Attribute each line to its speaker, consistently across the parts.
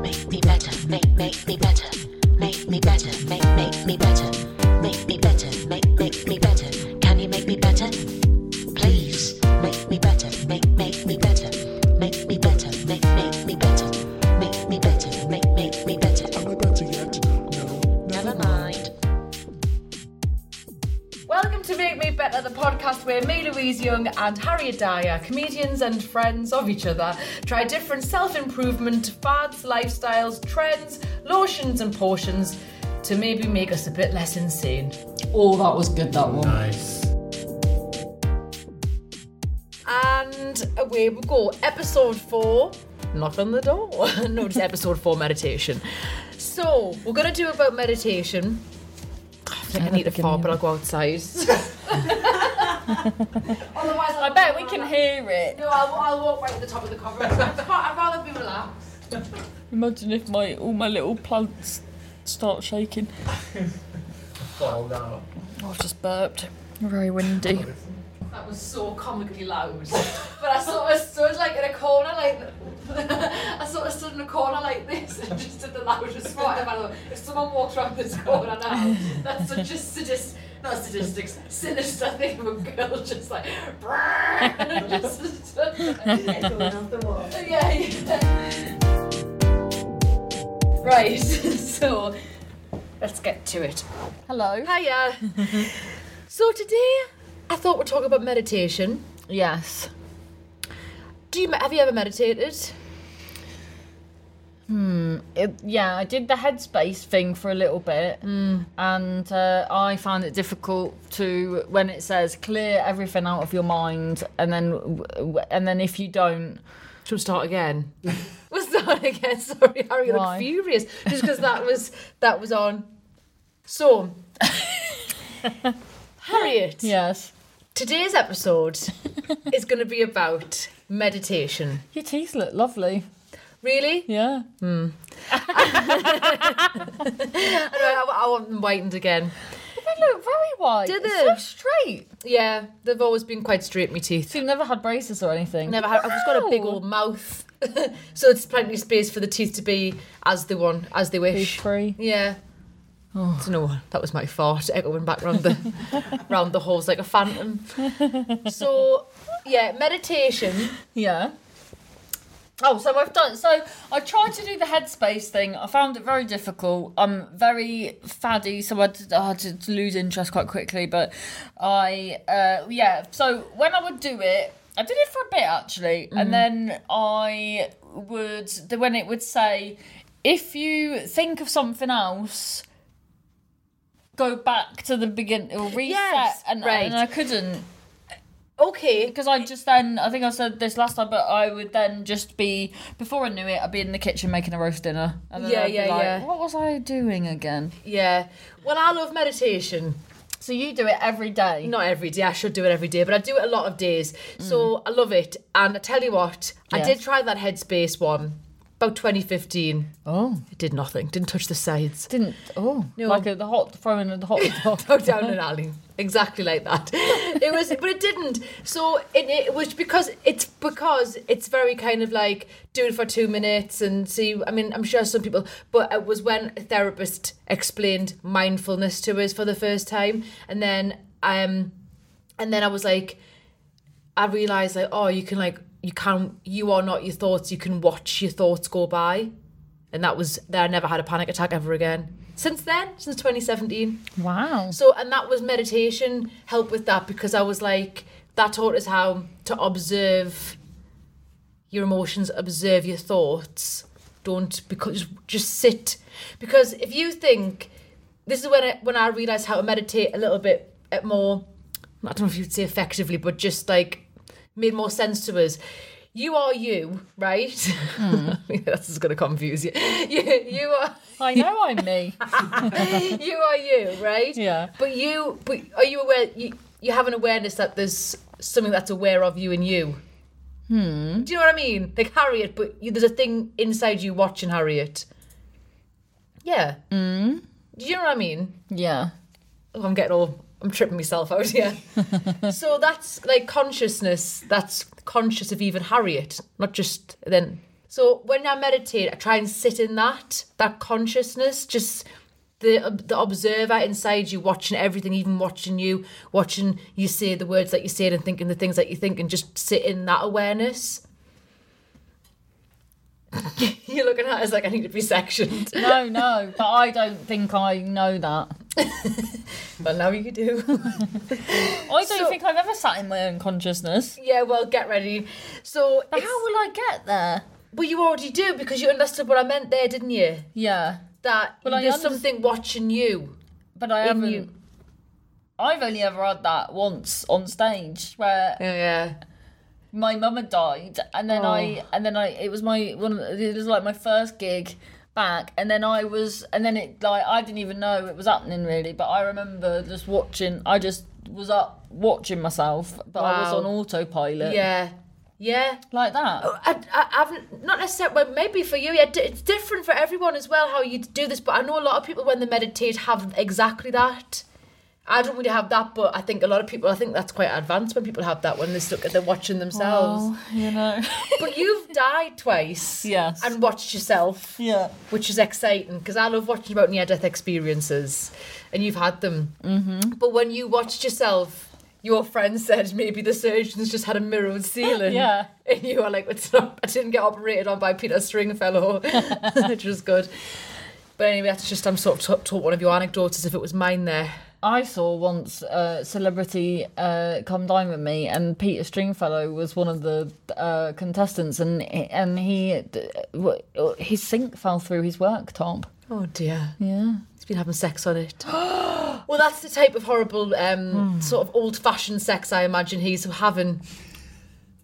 Speaker 1: makes me better, make makes me better, makes me better, make makes me better, makes me better, make makes me better. Can you make me better? Please make me better, make makes me better, makes me better, make makes me better, makes me better, make makes me better.
Speaker 2: Am I better yet? No.
Speaker 1: Never mind.
Speaker 3: Welcome to Make Me Better, the podcast where me, Louise Young, and Harriet Dyer, comedians and friends of each other, try different self improvement fads, lifestyles, trends, lotions, and portions to maybe make us a bit less insane.
Speaker 4: Oh, that was good, that one.
Speaker 2: Nice.
Speaker 3: And away we go. Episode four, knock on the door. no, just episode four meditation. So, we're going to do about meditation. I think I, need to fart, but I'll go outside. Otherwise, I bet we can
Speaker 5: hear it.
Speaker 3: No, I'll, I'll walk right to the top of the cover. I'd rather be relaxed.
Speaker 5: Imagine if my all my little plants start shaking.
Speaker 2: Oh no.
Speaker 5: Oh, I've just burped. Very windy.
Speaker 3: That was so comically loud. But I sort of stood like in a corner, like I sort of stood in a corner like this and just did the loudest fart. And I thought, if someone walks around this corner now, that's such a sadistic, not sadistic, sinister thing of a girl just like, brrrr, and just stood there. yeah, yeah. Right, so let's get to it.
Speaker 5: Hello.
Speaker 3: Hiya. so today, I thought we'd talk about meditation.
Speaker 5: Yes.
Speaker 3: Do you have you ever meditated?
Speaker 5: It- yeah, I did the headspace thing for a little bit, and uh, I found it difficult to when it says clear everything out of your mind, and then w- w- and then if you don't,
Speaker 3: Should we start again? we'll start again. Sorry, Harry, you look
Speaker 5: Why?
Speaker 3: furious just because that was that was on. So, Harriet,
Speaker 5: yes,
Speaker 3: today's episode is going to be about meditation.
Speaker 5: your teeth look lovely.
Speaker 3: Really?
Speaker 5: Yeah.
Speaker 3: I, know, I, I want them whitened again.
Speaker 5: They look very white.
Speaker 3: Do
Speaker 5: It's so
Speaker 3: they?
Speaker 5: straight.
Speaker 3: Yeah, they've always been quite straight. My teeth.
Speaker 5: So you've never had braces or anything.
Speaker 3: Never had. I've just got a big
Speaker 5: Wow.
Speaker 3: old mouth, so it's plenty of space for the teeth to be as they want, as they
Speaker 5: Food
Speaker 3: wish.
Speaker 5: free.
Speaker 3: Yeah. Oh. Do you know what? That was my fart echoing back round the round the halls like a phantom. So yeah, meditation.
Speaker 5: Yeah. Oh, so I've done. So I tried to do the headspace thing. I found it very difficult. I'm very faddy, so I did, I did lose interest quite quickly. But I, uh, yeah. So when I would do it, I did it for a bit actually,
Speaker 3: Mm-hmm.
Speaker 5: and then I would when it would say, if you think of something else, go back to the beginning or reset,
Speaker 3: Yes,
Speaker 5: and,
Speaker 3: right.
Speaker 5: and I couldn't
Speaker 3: Okay.
Speaker 5: because I just then I think I said this last time, but I would then just be before I knew it, I'd be in the kitchen making a roast dinner. And then
Speaker 3: Yeah,
Speaker 5: I'd be
Speaker 3: yeah,
Speaker 5: like,
Speaker 3: yeah.
Speaker 5: What was I doing again?
Speaker 3: Yeah. Well, I love meditation.
Speaker 5: So you do it every day.
Speaker 3: Not every day. I should do it every day, but I do it a lot of days. So I love it. And I tell you what, I
Speaker 5: Yes.
Speaker 3: did try that Headspace one about 2015.
Speaker 5: Oh,
Speaker 3: It did nothing. Didn't touch the sides.
Speaker 5: didn't. Oh, like a, the hot throwing of the hot dog.
Speaker 3: go down an alley exactly like that it was but it didn't so it, it was because it's because it's very kind of like do it for two minutes and see i mean i'm sure some people but it was when a therapist explained mindfulness to us for the first time and then um and then i was like i realized like oh you can like you can you are not your thoughts you can watch your thoughts go by and that was there i never had a panic attack ever again since then since 2017
Speaker 5: Wow.
Speaker 3: so, and that was meditation helped with that because I was like, that taught us how to observe your emotions, observe your thoughts. Don't because just sit because if you think this is when I, when I realized how to meditate a little bit uh, more. I don't know if you'd say effectively, but just like made more sense to us. You are you, right? That's just going to confuse you. you. You are
Speaker 5: I know I'm me.
Speaker 3: you are you, right?
Speaker 5: Yeah.
Speaker 3: But you, but are you aware? You, you have an awareness that there's something that's aware of you in you. Hmm. Do you know what I mean? Like Harriet, but you, there's a thing inside you watching Harriet. Yeah. Mm. Do you know what I mean?
Speaker 5: Yeah.
Speaker 3: Oh, I'm getting all. I'm tripping myself out here. so that's like consciousness. That's conscious of even Harriet, not just then So when I meditate, I try and sit in that that consciousness, just the the observer inside you, watching everything, even watching you, watching you say the words that you said and thinking the things that you think, and just sit in that awareness. You're looking at us like I need to be sectioned,
Speaker 5: No, no, but I don't think I know that.
Speaker 3: but now you do.
Speaker 5: I don't
Speaker 3: So-
Speaker 5: think I've ever sat in my own consciousness.
Speaker 3: Yeah, well, get ready. So,
Speaker 5: But
Speaker 3: it's-
Speaker 5: how will I get there?
Speaker 3: well, you already do because you understood what I meant there, didn't you?
Speaker 5: Yeah,
Speaker 3: That
Speaker 5: Well, I
Speaker 3: there's
Speaker 5: under-
Speaker 3: something watching you.
Speaker 5: but I
Speaker 3: In
Speaker 5: haven't.
Speaker 3: you.
Speaker 5: I've only ever had that once on stage where
Speaker 3: Yeah.
Speaker 5: my mum had died, and then I and then I it was my one of, it was like my first gig back, and then I was and then it like I didn't even know it was happening really, but I remember just watching. I just was up watching myself, but I was
Speaker 3: Wow.
Speaker 5: on autopilot.
Speaker 3: Yeah. Yeah.
Speaker 5: like that.
Speaker 3: I, I, I've not necessarily, well, maybe for you, yeah, d- it's different for everyone as well how you do this, but I know a lot of people when they meditate have exactly that. I don't really have that, but I think a lot of people, I think that's quite advanced when people have that when they're stuck, they're watching themselves.
Speaker 5: Oh, you know.
Speaker 3: But you've died twice.
Speaker 5: Yes.
Speaker 3: And watched yourself.
Speaker 5: yeah.
Speaker 3: which is exciting because I love watching about near death experiences, and you've had them. Mm-hmm. But when you watched yourself, your friend said maybe the surgeons just had a mirrored ceiling.
Speaker 5: Yeah.
Speaker 3: And you were like, it's not, I didn't get operated on by Peter Stringfellow, which was good. But anyway, that's just, I'm sort of t- taught one of your anecdotes as if it was mine there.
Speaker 5: I saw once a celebrity uh, come dine with me, and Peter Stringfellow was one of the uh, contestants, and and he his sink fell through his worktop.
Speaker 3: Oh dear.
Speaker 5: Yeah.
Speaker 3: He's been having sex on it. well, that's the type of horrible, um, sort of old fashioned sex I imagine he's having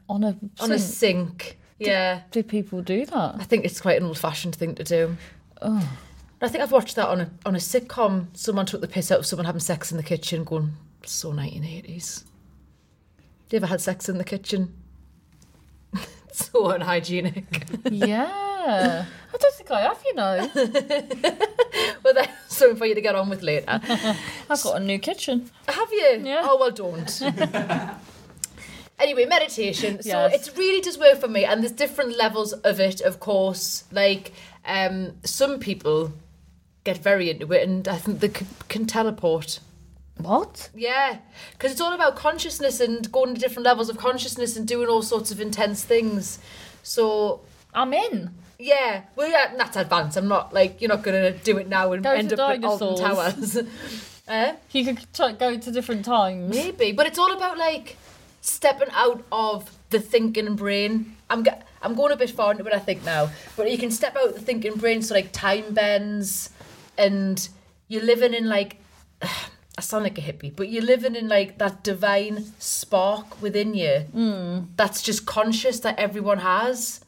Speaker 5: On a
Speaker 3: on a
Speaker 5: sink.
Speaker 3: sink. Yeah.
Speaker 5: Do people do that?
Speaker 3: I think it's quite an old-fashioned thing to do. I think I've watched that on a on a sitcom. Someone took the piss out of someone having sex in the kitchen, going so 1980s. You ever had sex in the kitchen? so unhygienic.
Speaker 5: yeah. I don't think I have, you know.
Speaker 3: well, that's something for you to get on with later.
Speaker 5: I've got a new kitchen.
Speaker 3: Have you?
Speaker 5: Yeah.
Speaker 3: Oh well, don't. anyway, meditation.
Speaker 5: Yes.
Speaker 3: So it really does work for me, and there's different levels of it, of course. Like um, some people get very into it, and I think they c- can teleport.
Speaker 5: What?
Speaker 3: Yeah, because it's all about consciousness and going to different levels of consciousness and doing all sorts of intense things. So
Speaker 5: I'm in.
Speaker 3: yeah, well, yeah, that's advanced. I'm not like you're not gonna do it now and
Speaker 5: Go to
Speaker 3: end up at Alton
Speaker 5: dinosaurs.
Speaker 3: Towers. Eh?
Speaker 5: You could t- go to different times.
Speaker 3: Maybe, but it's all about like stepping out of the thinking brain. I'm go- I'm going a bit far into what I think now, but you can step out of the thinking brain. So like time bends, and you're living in like I sound like a hippie, but you're living in like that divine spark within you. That's just conscious that everyone has.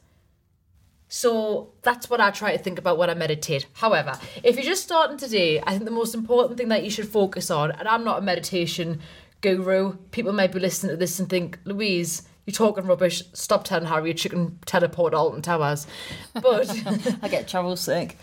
Speaker 3: So that's what I try to think about when I meditate. However, if you're just starting today, I think the most important thing that you should focus on, and I'm not a meditation guru, people may be listening to this and think, Louise, you're talking rubbish. Stop telling Harry your chicken teleport to Alton Towers. But
Speaker 5: I get travel sick.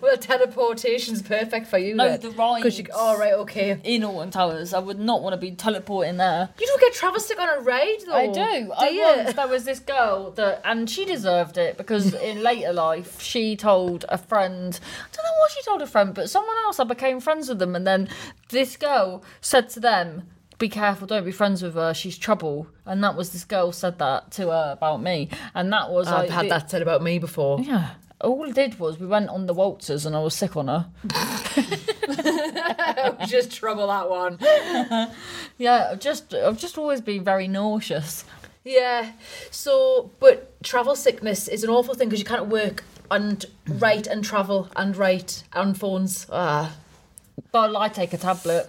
Speaker 3: well, teleportation's perfect for you.
Speaker 5: No,
Speaker 3: then.
Speaker 5: the rides.
Speaker 3: 'Cause you- oh, right, okay.
Speaker 5: In Alton Towers, I would not want to be teleporting there.
Speaker 3: You don't get travel stick on a ride, though.
Speaker 5: I do. I
Speaker 3: you?
Speaker 5: once there was this girl that, and she deserved it because in later life she told a friend. I don't know what she told a friend, but someone else. I became friends with them, and then this girl said to them, "Be careful! Don't be friends with her. She's trouble." And that was this girl said that to her about me, and that was
Speaker 3: I've
Speaker 5: like,
Speaker 3: had
Speaker 5: the-
Speaker 3: that said about me before.
Speaker 5: Yeah. All I did was we went on the waltzers, and I was sick on her.
Speaker 3: Just trouble that one.
Speaker 5: Yeah, I've just I've just always been very nauseous.
Speaker 3: Yeah. So, but travel sickness is an awful thing because you can't work and write and travel and write on phones. Ah.
Speaker 5: But I take a tablet.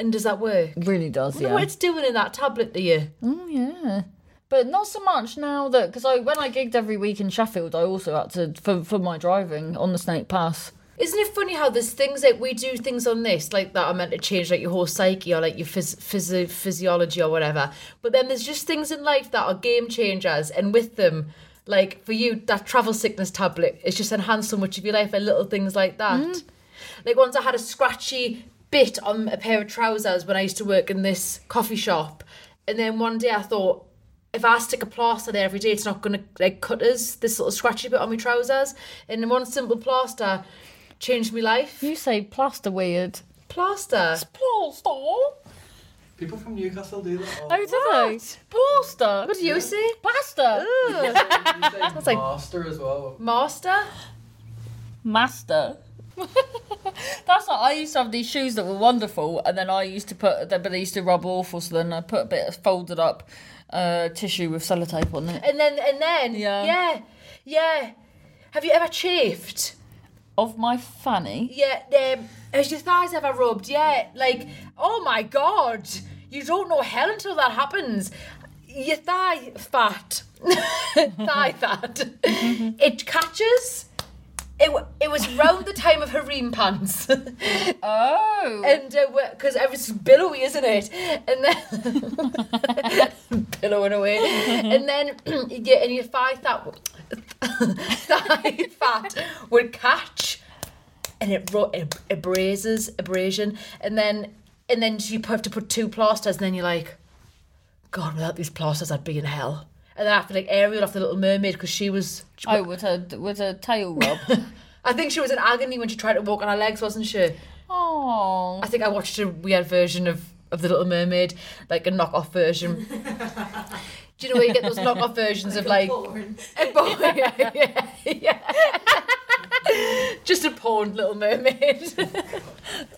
Speaker 3: And does that work?
Speaker 5: It really does.
Speaker 3: I wonder
Speaker 5: Yeah.
Speaker 3: what it's doing in that tablet to you.
Speaker 5: Oh yeah, but not so much now that because I when I gigged every week in Sheffield, I also had to for for my driving on the Snake Pass.
Speaker 3: Isn't it funny how there's things that we do things on this like that are meant to change like your whole psyche or like your phys- phys- physiology or whatever, but then there's just things in life that are game changers, and with them, like for you, that travel sickness tablet it's just enhanced so much of your life and little things like that. Like once I had a scratchy bit on a pair of trousers when I used to work in this coffee shop, and then one day I thought if I stick a plaster there every day, it's not going to like cut us this little scratchy bit on my trousers. And one simple plaster changed my life.
Speaker 5: You say plaster weird.
Speaker 3: Plaster.
Speaker 5: Plaster? Oh,
Speaker 2: People from Newcastle do that. all-
Speaker 5: did they? Plaster?
Speaker 3: What do you say?
Speaker 5: Plaster?
Speaker 2: You say
Speaker 3: like-
Speaker 2: master as well.
Speaker 3: Master.
Speaker 5: Master. That's not. I used to have these shoes that were wonderful, and then I used to put them, but they used to rub awful. So then I put a bit of folded up uh, tissue with sellotape on it.
Speaker 3: And then and then
Speaker 5: Yeah.
Speaker 3: yeah yeah. Have you ever chafed?
Speaker 5: Of my fanny.
Speaker 3: Yeah. Um, has your thighs ever rubbed? Yeah. Like oh my god, you don't know hell until that happens. Your thigh fat, thigh fat, it catches. It, w- it was round the time of harem pants.
Speaker 5: Oh.
Speaker 3: and uh, because everything's billowy, isn't it? And then billowing away, and then yeah, and your thigh that thigh fat would catch, and it, ru- it abrases abrasion, and then and then you have to put two plasters, and then you're like, God, without these plasters, I'd be in hell. And then I feel like Ariel off the Little Mermaid because she was.
Speaker 5: oh, with a with a tail rub.
Speaker 3: I think she was in agony when she tried to walk on her legs, wasn't she?
Speaker 5: oh.
Speaker 3: I think I watched a weird version of, of The Little Mermaid, like a knockoff version. Do you know where you get those knockoff versions of like a porn? yeah, yeah, yeah. Just a porn Little Mermaid.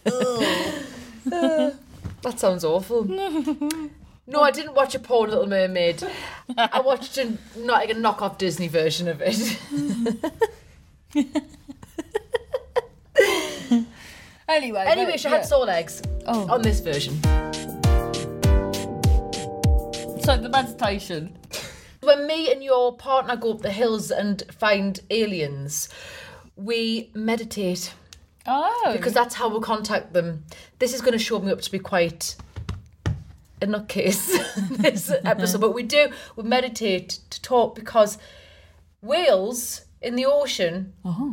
Speaker 3: Uh, that sounds awful. No, I didn't watch a porn Little Mermaid. I watched a not like a knockoff Disney version of it.
Speaker 5: Anyway.
Speaker 3: Anyway,
Speaker 5: but-
Speaker 3: she had
Speaker 5: yeah.
Speaker 3: sore legs
Speaker 5: Oh.
Speaker 3: on this version.
Speaker 5: So the meditation.
Speaker 3: when me and your partner go up the hills and find aliens, we meditate
Speaker 5: Oh.
Speaker 3: because that's how we'll contact them. This is going to show me up to be quite a nutcase this
Speaker 5: Uh-huh.
Speaker 3: episode, but we do we meditate to talk because whales in the ocean
Speaker 5: Uh-huh.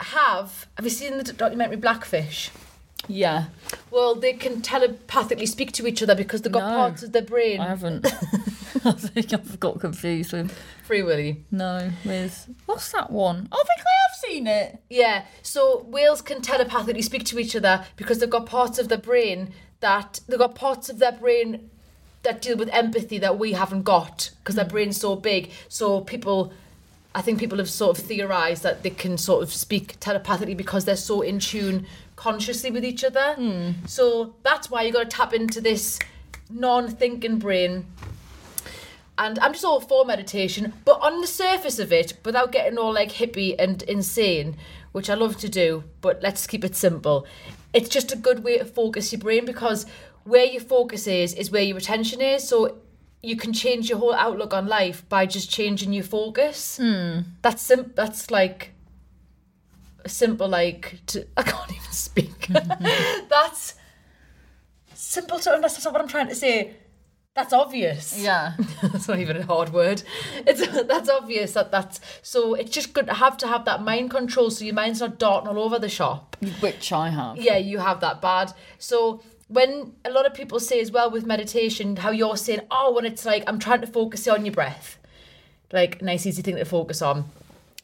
Speaker 3: have. Have you seen the documentary Blackfish?
Speaker 5: yeah.
Speaker 3: Well, they can telepathically speak to each other because they've got
Speaker 5: No.
Speaker 3: parts of their brain.
Speaker 5: I haven't. I think I've got confused with
Speaker 3: Free Willy.
Speaker 5: no with what's that one? Oh, I think I have seen it.
Speaker 3: Yeah, so whales can telepathically speak to each other because they've got parts of their brain that they've got parts of their brain that deal with empathy that we haven't got because their brain's so big. So people, I think people have sort of theorized that they can sort of speak telepathically because they're so in tune consciously with each other. So that's why you got to tap into this non-thinking brain and I'm just all for meditation, but on the surface of it, without getting all like hippie and insane, which I love to do, but let's keep it simple. It's just a good way to focus your brain because where your focus is is where your attention is. So you can change your whole outlook on life by just changing your focus. That's sim- that's like a simple like to I can't even speak. that's simple to understand. That's not what I'm trying to say. That's obvious
Speaker 5: Yeah.
Speaker 3: that's not even a hard word. It's that's obvious that that's so. It's just good to have to have that mind control so your mind's not darting all over the shop.
Speaker 5: Which I have.
Speaker 3: Yeah, you have that bad. So when a lot of people say as well with meditation, how you're saying, oh, when it's like I'm trying to focus on your breath, like nice easy thing to focus on,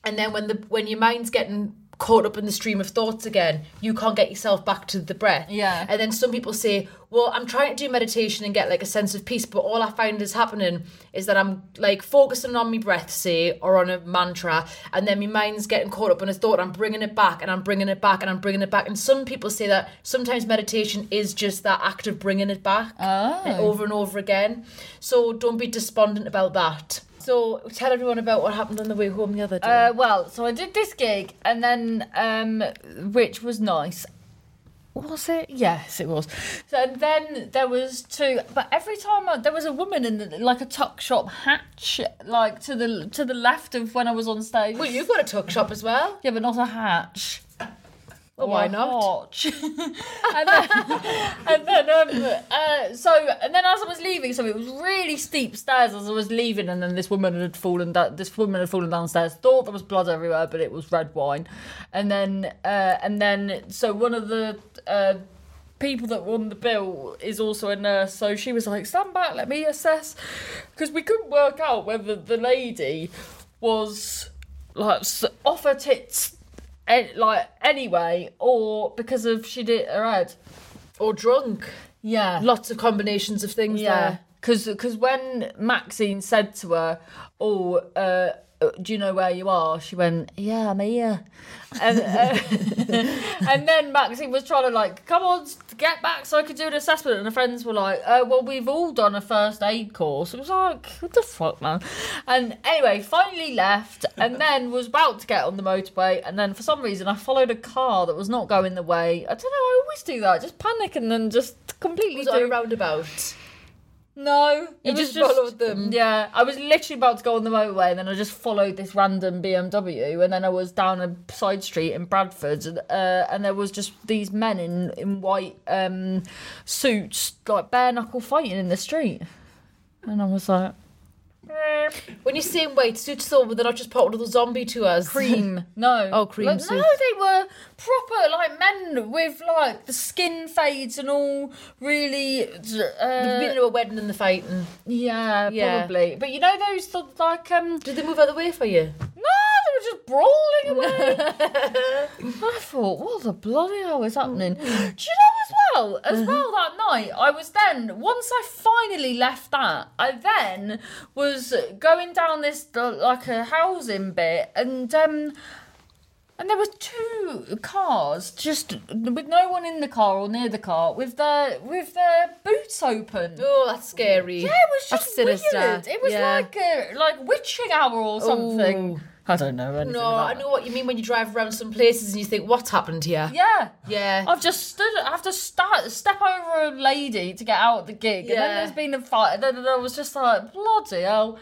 Speaker 3: and then when the when your mind's getting caught up in the stream of thoughts again, you can't get yourself back to the breath.
Speaker 5: Yeah.
Speaker 3: And then some people say, well, I'm trying to do meditation and get like a sense of peace, but all I find is happening is that I'm like focusing on my breath, say, or on a mantra, and then my mind's getting caught up in a thought. I'm bringing it back and I'm bringing it back and I'm bringing it back. And some people say that sometimes meditation is just that act of bringing it back and
Speaker 5: Oh.
Speaker 3: over and over again. So don't be despondent about that. So tell everyone about what happened on the way home the other day.
Speaker 5: Uh, well, so I did this gig, and then um, which was nice. Was it? Yes, it was. So and then there was two, but every time I, there was a woman in the, like a tuck shop hatch, like to the to the left of when I was on stage.
Speaker 3: well, you've got a tuck shop as well.
Speaker 5: Yeah, but not a hatch.
Speaker 3: Well,
Speaker 5: Or
Speaker 3: why
Speaker 5: a
Speaker 3: not?
Speaker 5: Hotch. and then, and then um, uh, so, and then as I was leaving, so it was really steep stairs as I was leaving, and then this woman had fallen. Da- this woman had fallen downstairs. Thought there was blood everywhere, but it was red wine. And then, uh, and then, so one of the uh, people that were on the bill is also a nurse, so she was like, "Stand back, let me assess," because we couldn't work out whether the lady was like s- off her tits, eh, like anyway, or because of she did her head.
Speaker 3: Or drunk.
Speaker 5: Yeah,
Speaker 3: Lots of combinations of things
Speaker 5: yeah.
Speaker 3: there.
Speaker 5: Because when Maxine said to her, "Oh, uh, do you know where you are?" She went, "Yeah, I'm here." And, uh, and then Maxine was trying to like, "Come on, get back so I could do an assessment." And her friends were like, uh, "Well, we've all done a first aid course." It was like, "What the fuck, man?" And anyway, finally left, and then was about to get on the motorway, and then for some reason I followed a car that was not going the way. I don't know. I always do that. Just panic and then just completely
Speaker 3: Was
Speaker 5: do
Speaker 3: it on a roundabout?
Speaker 5: no,
Speaker 3: You
Speaker 5: it was
Speaker 3: just followed them.
Speaker 5: Yeah, I was literally about to go on the motorway, and then I just followed this random BMW, and then I was down a side street in Bradford, and, uh, and there was just these men in in white um, suits, like bare knuckle fighting in the street, and I was like,
Speaker 3: When you say white suits though, were they not just part of the zombie tours?
Speaker 5: cream, no,
Speaker 3: Oh, cream
Speaker 5: Like, no,
Speaker 3: suits.
Speaker 5: they were proper like men with like the skin fades and all, really.
Speaker 3: They've been
Speaker 5: Uh,
Speaker 3: to a wedding and the fighting.
Speaker 5: yeah,
Speaker 3: Yeah.
Speaker 5: probably, but you know those th- like um.
Speaker 3: Did they move out of the way for you?
Speaker 5: No, they were just brawling away. I thought, what the bloody hell is happening? Do you know as well? As well that night, I was then once I finally left that, I then was going down this uh, like a housing bit, and um, and there were two cars just with no one in the car or near the car with their with their boots open.
Speaker 3: Oh, that's scary.
Speaker 5: Yeah, it was
Speaker 3: That's
Speaker 5: just
Speaker 3: sinister.
Speaker 5: weird. It was
Speaker 3: Yeah.
Speaker 5: like a, like witching hour or something.
Speaker 3: Ooh.
Speaker 5: I don't know anything.
Speaker 3: Oh. No,
Speaker 5: about
Speaker 3: I know what you mean when you drive around some places and you think, what's happened here?
Speaker 5: that. Yeah.
Speaker 3: Yeah.
Speaker 5: I've just stood. I have to start step over a lady to get out of the gig, and
Speaker 3: Yeah.
Speaker 5: then there's been a fight. And then I was just like, bloody hell.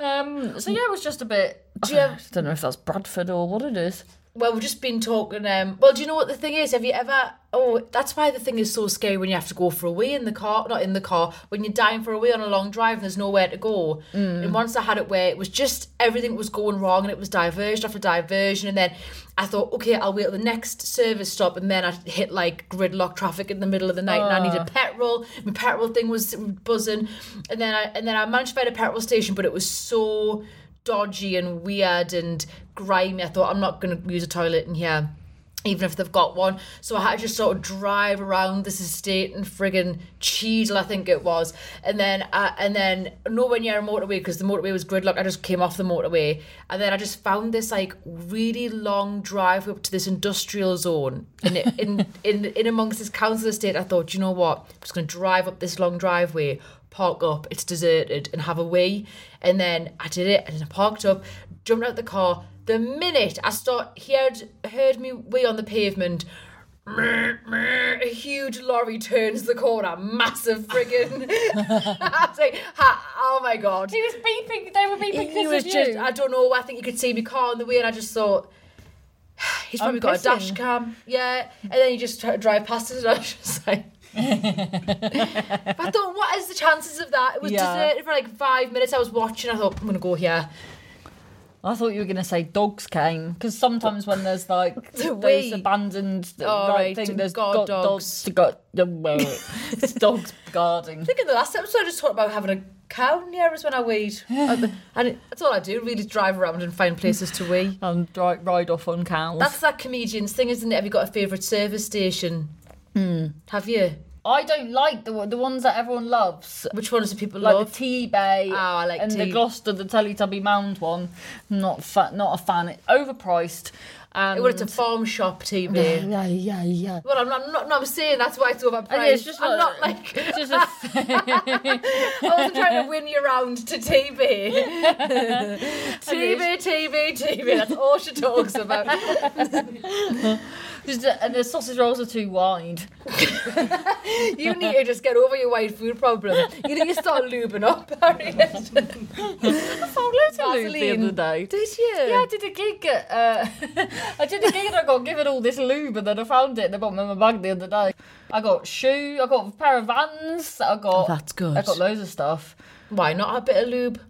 Speaker 5: Um. So yeah, it was just a bit.
Speaker 3: Do you have-
Speaker 5: I don't know if that's Bradford or what it is.
Speaker 3: Well, we've just been talking. Um, well, do you know what the thing is? Have you ever? Oh, that's why the thing is so scary when you have to go for a wee in the car, not in the car, when you're dying for a wee on a long drive and there's nowhere to go. And once I had it where it was just everything was going wrong and it was diversion after diversion, and then I thought, okay, I'll wait at the next service stop, and then I hit like gridlock traffic in the middle of the night, and I needed petrol. My petrol thing was buzzing, and then I and then I managed to find a petrol station, but it was so dodgy and weird and grimy. I thought I'm not going to use a toilet in here, even if they've got one. So I had to just sort of drive around this estate and friggin' Cheadle, I think it was, and then I, and then nowhere near a motorway because the motorway was gridlocked. I just came off the motorway, and then I just found this like really long drive up to this industrial zone, and it, in in in amongst this council estate, I thought, "Do you know what, I'm just going to drive up this long driveway park up, it's deserted, and have a wee. And then I did it, and I parked up, jumped out the car. The minute I start heard heard me wee on the pavement, a huge lorry turns the corner, massive friggin'. I was like, "Ha- oh my god!
Speaker 5: He was beeping. They were beeping
Speaker 3: He was just, I don't know, I think you could see me car on the way, and I just thought. He's probably
Speaker 5: I'm
Speaker 3: got a dash
Speaker 5: pissing.
Speaker 3: cam, yeah. And then you just try to drive past it, and I was just like, But I thought, what is the chances of that? It was
Speaker 5: Yeah.
Speaker 3: deserted for like five minutes. I was watching. I thought, I'm gonna go here.
Speaker 5: I thought you were gonna say dogs came because sometimes when there's like
Speaker 3: The
Speaker 5: those
Speaker 3: wee.
Speaker 5: abandoned
Speaker 3: Oh,
Speaker 5: like,
Speaker 3: right,
Speaker 5: thing, there's
Speaker 3: guard
Speaker 5: got
Speaker 3: dogs.
Speaker 5: dogs. Got it's dogs guarding.
Speaker 3: I think in the last episode, I just talked about having a cow near us when I weed, and it- that's all I do. Really drive around and find places to wee.
Speaker 5: And dri ride off on cows.
Speaker 3: That's that comedian's thing, isn't it? Have you got a favourite service station?
Speaker 5: Hmm.
Speaker 3: Have you?
Speaker 5: I don't like the the ones that everyone loves,
Speaker 3: Which ones do people
Speaker 5: like
Speaker 3: love?
Speaker 5: the Tea Bay
Speaker 3: Oh, I like
Speaker 5: and the
Speaker 3: tea.
Speaker 5: Gloucester, the Teletubby Mound one. Not fa- not a fan. It's overpriced. And
Speaker 3: well, it's a farm shop TV.
Speaker 5: yeah, yeah, yeah.
Speaker 3: Well, I'm not, I'm not. no, I'm saying that's why it's overpriced.
Speaker 5: And it's just
Speaker 3: I'm not like
Speaker 5: like- It's just a
Speaker 3: I wasn't trying to win you round to TV. TV, TV, TV. That's all she talks about.
Speaker 5: Just a- and the sausage rolls are too wide.
Speaker 3: You need to just get over your white food problem. You need to start lubing up, Harry.
Speaker 5: I found loads of lube the
Speaker 3: Vaseline.
Speaker 5: other day.
Speaker 3: Did you?
Speaker 5: Yeah, I did a gig. At, uh, I did a gig and I got given all this lube, and then I found it in the bottom of my bag the other day. I got shoe. I got a pair of Vans. I got.
Speaker 3: Oh, that's good.
Speaker 5: I got loads of stuff.
Speaker 3: Why not a bit of lube?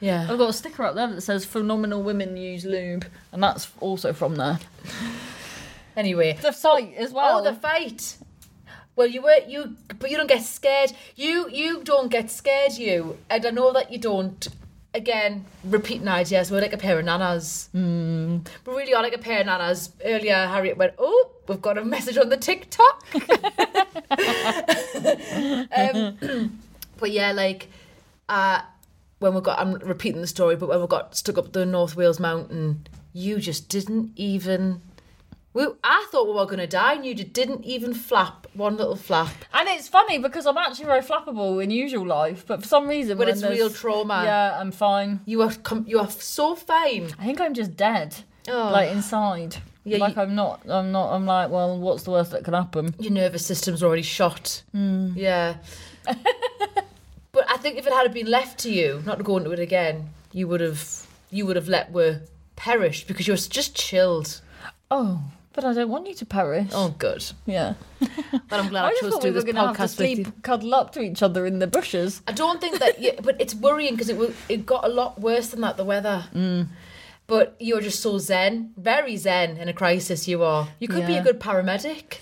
Speaker 3: Yeah.
Speaker 5: I've got a sticker up there that says "Phenomenal women use lube," and that's also from there.
Speaker 3: Anyway.
Speaker 5: The site as well.
Speaker 3: Oh, the Oh, fight. Well, you were you, but you don't get scared. You you don't get scared. You and I know that you don't. Again, repeating ideas. We're like a pair of nanas. Mm. We really are like a pair of nanas. Earlier, Harriet went, "Oh, we've got a message on the TikTok." um, but yeah, like uh, when we got, I'm repeating the story, but when we got stuck up the North Wales mountain, you just didn't even. We, I thought we were going to die, and you just didn't even flap one little flap.
Speaker 5: And it's funny because I'm actually very flappable in usual life, but for some reason,
Speaker 3: But
Speaker 5: when
Speaker 3: it's
Speaker 5: there's-
Speaker 3: real trauma.
Speaker 5: Yeah, I'm fine.
Speaker 3: You are com- you are so fine.
Speaker 5: I think I'm just dead,
Speaker 3: Oh.
Speaker 5: like inside.
Speaker 3: Yeah,
Speaker 5: like
Speaker 3: you-
Speaker 5: I'm not. I'm not. I'm like, well, what's the worst that can happen?
Speaker 3: Your nervous system's already shot. Yeah. but I think if it had been left to you, not to go into it again, you would have you would have let were perished because you were just chilled.
Speaker 5: Oh, but I don't want you to perish.
Speaker 3: Oh, good.
Speaker 5: yeah.
Speaker 3: But I'm glad
Speaker 5: I
Speaker 3: I,
Speaker 5: just
Speaker 3: chose to
Speaker 5: thought we
Speaker 3: do
Speaker 5: were
Speaker 3: this
Speaker 5: going to have to
Speaker 3: podcast with you.
Speaker 5: sleep, cuddle up to each other in the bushes.
Speaker 3: I don't think that, yeah, but it's worrying because it wa- it got a lot worse than that. The weather.
Speaker 5: Mm.
Speaker 3: But you're just so zen, very zen in a crisis. You are. You could be
Speaker 5: Yeah.
Speaker 3: a good paramedic.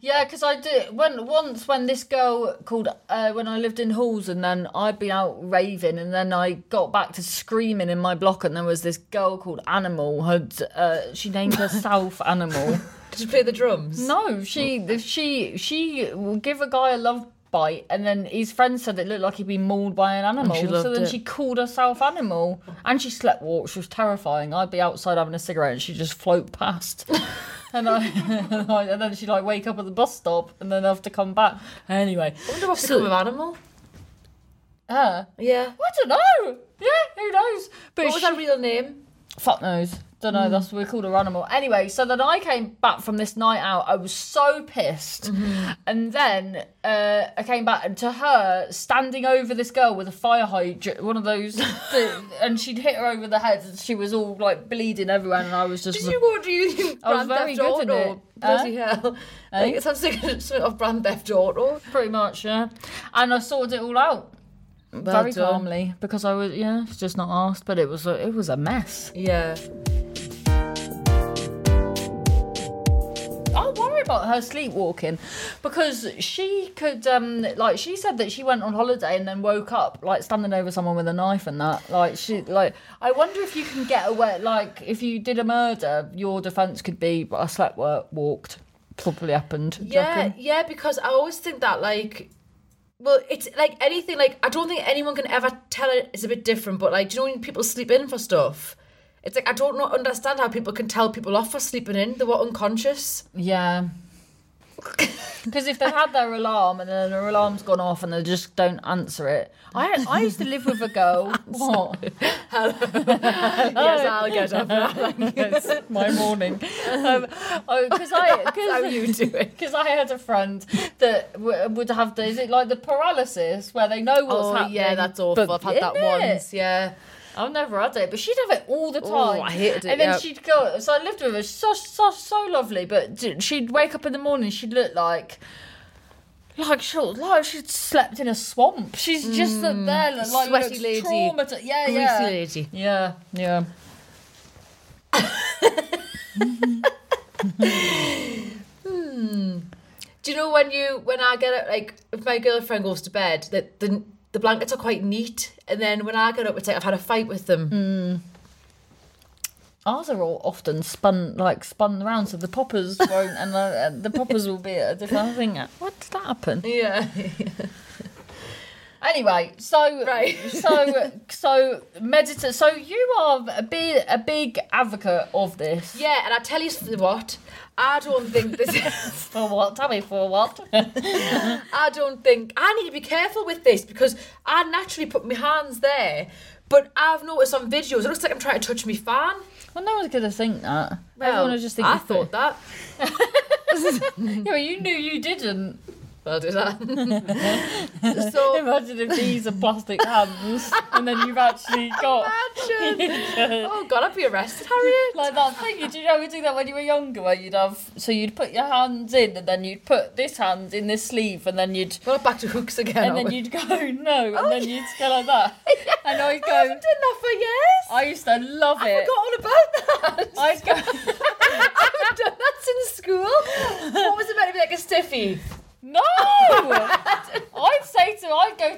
Speaker 5: Yeah, because I did when once when this girl called uh, when I lived in halls and then I'd been out raving and then I got back to screaming in my block and there was this girl called Animal had uh, she named herself Animal.
Speaker 3: Did you play the drums?
Speaker 5: No, she the- she she will give a guy a love bite and then his friend said it looked like he'd been mauled by an animal.
Speaker 3: she
Speaker 5: so
Speaker 3: loved
Speaker 5: then
Speaker 3: it.
Speaker 5: she called herself Animal and she slept walked. She was terrifying. I'd be outside having a cigarette and she'd just float past. And, I, and I- and then she'd like wake up at the bus stop and then have to come back. Anyway,
Speaker 3: I wonder what's become of animal.
Speaker 5: her.
Speaker 3: Yeah.
Speaker 5: I don't know. Yeah, who knows? But
Speaker 3: What was
Speaker 5: Oh, she-
Speaker 3: her real name?
Speaker 5: fuck knows. Don't
Speaker 3: Hmm.
Speaker 5: know. That's we called her animal. Anyway, so then I came back from this night out. I was so pissed,
Speaker 3: Mm-hmm.
Speaker 5: and then uh, I came back and to her standing over this girl with a fire hydrant, one of those, thi- and she'd hit her over the head, and she was all like bleeding everywhere, and I was just.
Speaker 3: Did you go to you
Speaker 5: I was
Speaker 3: Brand
Speaker 5: very
Speaker 3: Theft
Speaker 5: good at
Speaker 3: Auto?
Speaker 5: it. Eh?
Speaker 3: Bloody hell! I think it's something something of Brand Theft Auto.
Speaker 5: Pretty much, yeah. And I sorted it all out very
Speaker 3: done.
Speaker 5: calmly because I was, yeah, it's just not asked, but it was a, it was a mess.
Speaker 3: Yeah.
Speaker 5: I worry about her sleepwalking because she could, um, like, she said that she went on holiday and then woke up, like, standing over someone with a knife and that. Like, she, like, I wonder if you can get away, like, if you did a murder, your defence could be, but I slept, wa- walked. Probably happened. do you
Speaker 3: Yeah,
Speaker 5: reckon?
Speaker 3: yeah, because I always think that like well, it's like anything like I don't think anyone can ever tell it it's a bit different, but like do you know when people sleep in for stuff? It's like I don't know understand how people can tell people off for sleeping in. They were unconscious.
Speaker 5: Yeah. Because if they've had their alarm and then their alarm's gone off and they just don't answer it. I, I used to live with a girl. what?
Speaker 3: yes, I'll get up.
Speaker 5: It's my morning. Um, oh, because I, cause,
Speaker 3: How you doing?
Speaker 5: Because I had a friend that w- would have the, is it like the paralysis where they know what's
Speaker 3: Oh
Speaker 5: happening?
Speaker 3: yeah, that's awful.
Speaker 5: but-
Speaker 3: I've had that
Speaker 5: Isn't it?
Speaker 3: once. Yeah.
Speaker 5: I've never had it, but she'd have it all the time.
Speaker 3: Oh, I hated it,
Speaker 5: And then
Speaker 3: yep.
Speaker 5: she'd go. So I lived with her. She's so so so lovely, but d- she'd wake up in the morning. She'd look like. Like she, like she'd slept in a swamp. She's just up there, look
Speaker 3: Mm,
Speaker 5: like
Speaker 3: sweaty
Speaker 5: looks
Speaker 3: lady.
Speaker 5: traumata- yeah,
Speaker 3: Greasy
Speaker 5: yeah,
Speaker 3: lady.
Speaker 5: yeah, yeah.
Speaker 3: Do you know when you when I get up like if my girlfriend goes to bed that the the blankets are quite neat and then when I get up it's like I've had a fight with them.
Speaker 5: Ours are all often spun like spun around, so the poppers won't, and uh, uh, the poppers will be at a different thing. What did that happen?
Speaker 3: Yeah.
Speaker 5: Anyway, so
Speaker 3: Right.
Speaker 5: so so medita. So you are a big a big advocate of this.
Speaker 3: Yeah, and I tell you what, I don't think this.
Speaker 5: For what? Tell me for what?
Speaker 3: I don't think I need to be careful with this because I naturally put my hands there, but I've noticed on videos it looks like I'm trying to touch my fan.
Speaker 5: well, no one's gonna think that. Everyone
Speaker 3: Well,
Speaker 5: will just think.
Speaker 3: I
Speaker 5: you're
Speaker 3: thought that.
Speaker 5: fit. Yeah, but you knew you didn't.
Speaker 3: Well, did I? so
Speaker 5: Imagine if these are plastic hands, and then you've actually got.
Speaker 3: imagine. Oh God, I'd be arrested, Harriet.
Speaker 5: like that thing. you- Do you know we do that when you were younger, where you'd have so you'd put your hands in, and then you'd put this hand in this sleeve, and then you'd
Speaker 3: Well, back to hooks again.
Speaker 5: and then
Speaker 3: aren't we?
Speaker 5: you'd go no,
Speaker 3: Oh,
Speaker 5: and then you'd go like that, and I'd
Speaker 3: I haven't
Speaker 5: go.
Speaker 3: done that for years.
Speaker 5: I used to love
Speaker 3: I
Speaker 5: it.
Speaker 3: forgot all about that.
Speaker 5: I'd go.
Speaker 3: I haven't done that since school. What was it meant to be like a stiffy?
Speaker 5: No,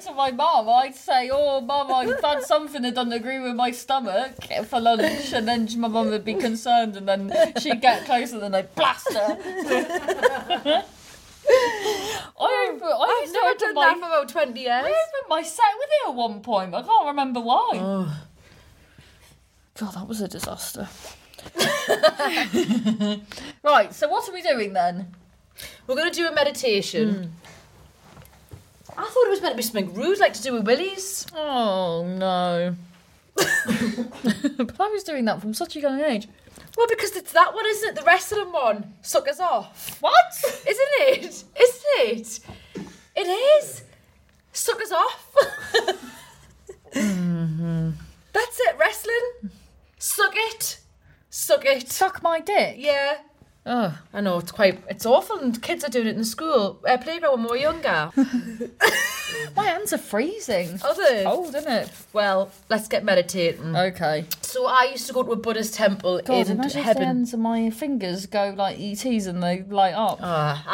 Speaker 5: my mum, I'd say, "Oh, mum, I've had something that doesn't agree with my stomach for lunch," and then my mum would be concerned, and then she'd get closer, and then I'd blast her. I open, I
Speaker 3: I've
Speaker 5: used to
Speaker 3: never
Speaker 5: open
Speaker 3: done
Speaker 5: my,
Speaker 3: that for about 20 years.
Speaker 5: I opened my set with it at one point. but I can't remember why. Oh, God, that was a disaster. right, so what are we doing then?
Speaker 3: We're going to do a meditation. I thought it was meant to be something rude, like to do with willies.
Speaker 5: Oh no. but I was doing that from such a young age.
Speaker 3: Well, because it's that one, isn't it? The rest of them one suck us off.
Speaker 5: What?
Speaker 3: Isn't it? Isn't it? It is. Suck us off. Mm-hmm. That's it, wrestling. Suck it. Suck it.
Speaker 5: Suck my dick.
Speaker 3: Yeah.
Speaker 5: Oh.
Speaker 3: I know, it's quite, it's awful and kids are doing it in school, uh, playground when we were younger.
Speaker 5: My hands are freezing.
Speaker 3: Are they?
Speaker 5: Cold, isn't it?
Speaker 3: Well, let's get meditating.
Speaker 5: Okay.
Speaker 3: So I used to go to a Buddhist temple
Speaker 5: God,
Speaker 3: in
Speaker 5: imagine if the
Speaker 3: heaven.
Speaker 5: ends of my fingers go like ETs and they light up.
Speaker 3: Ah,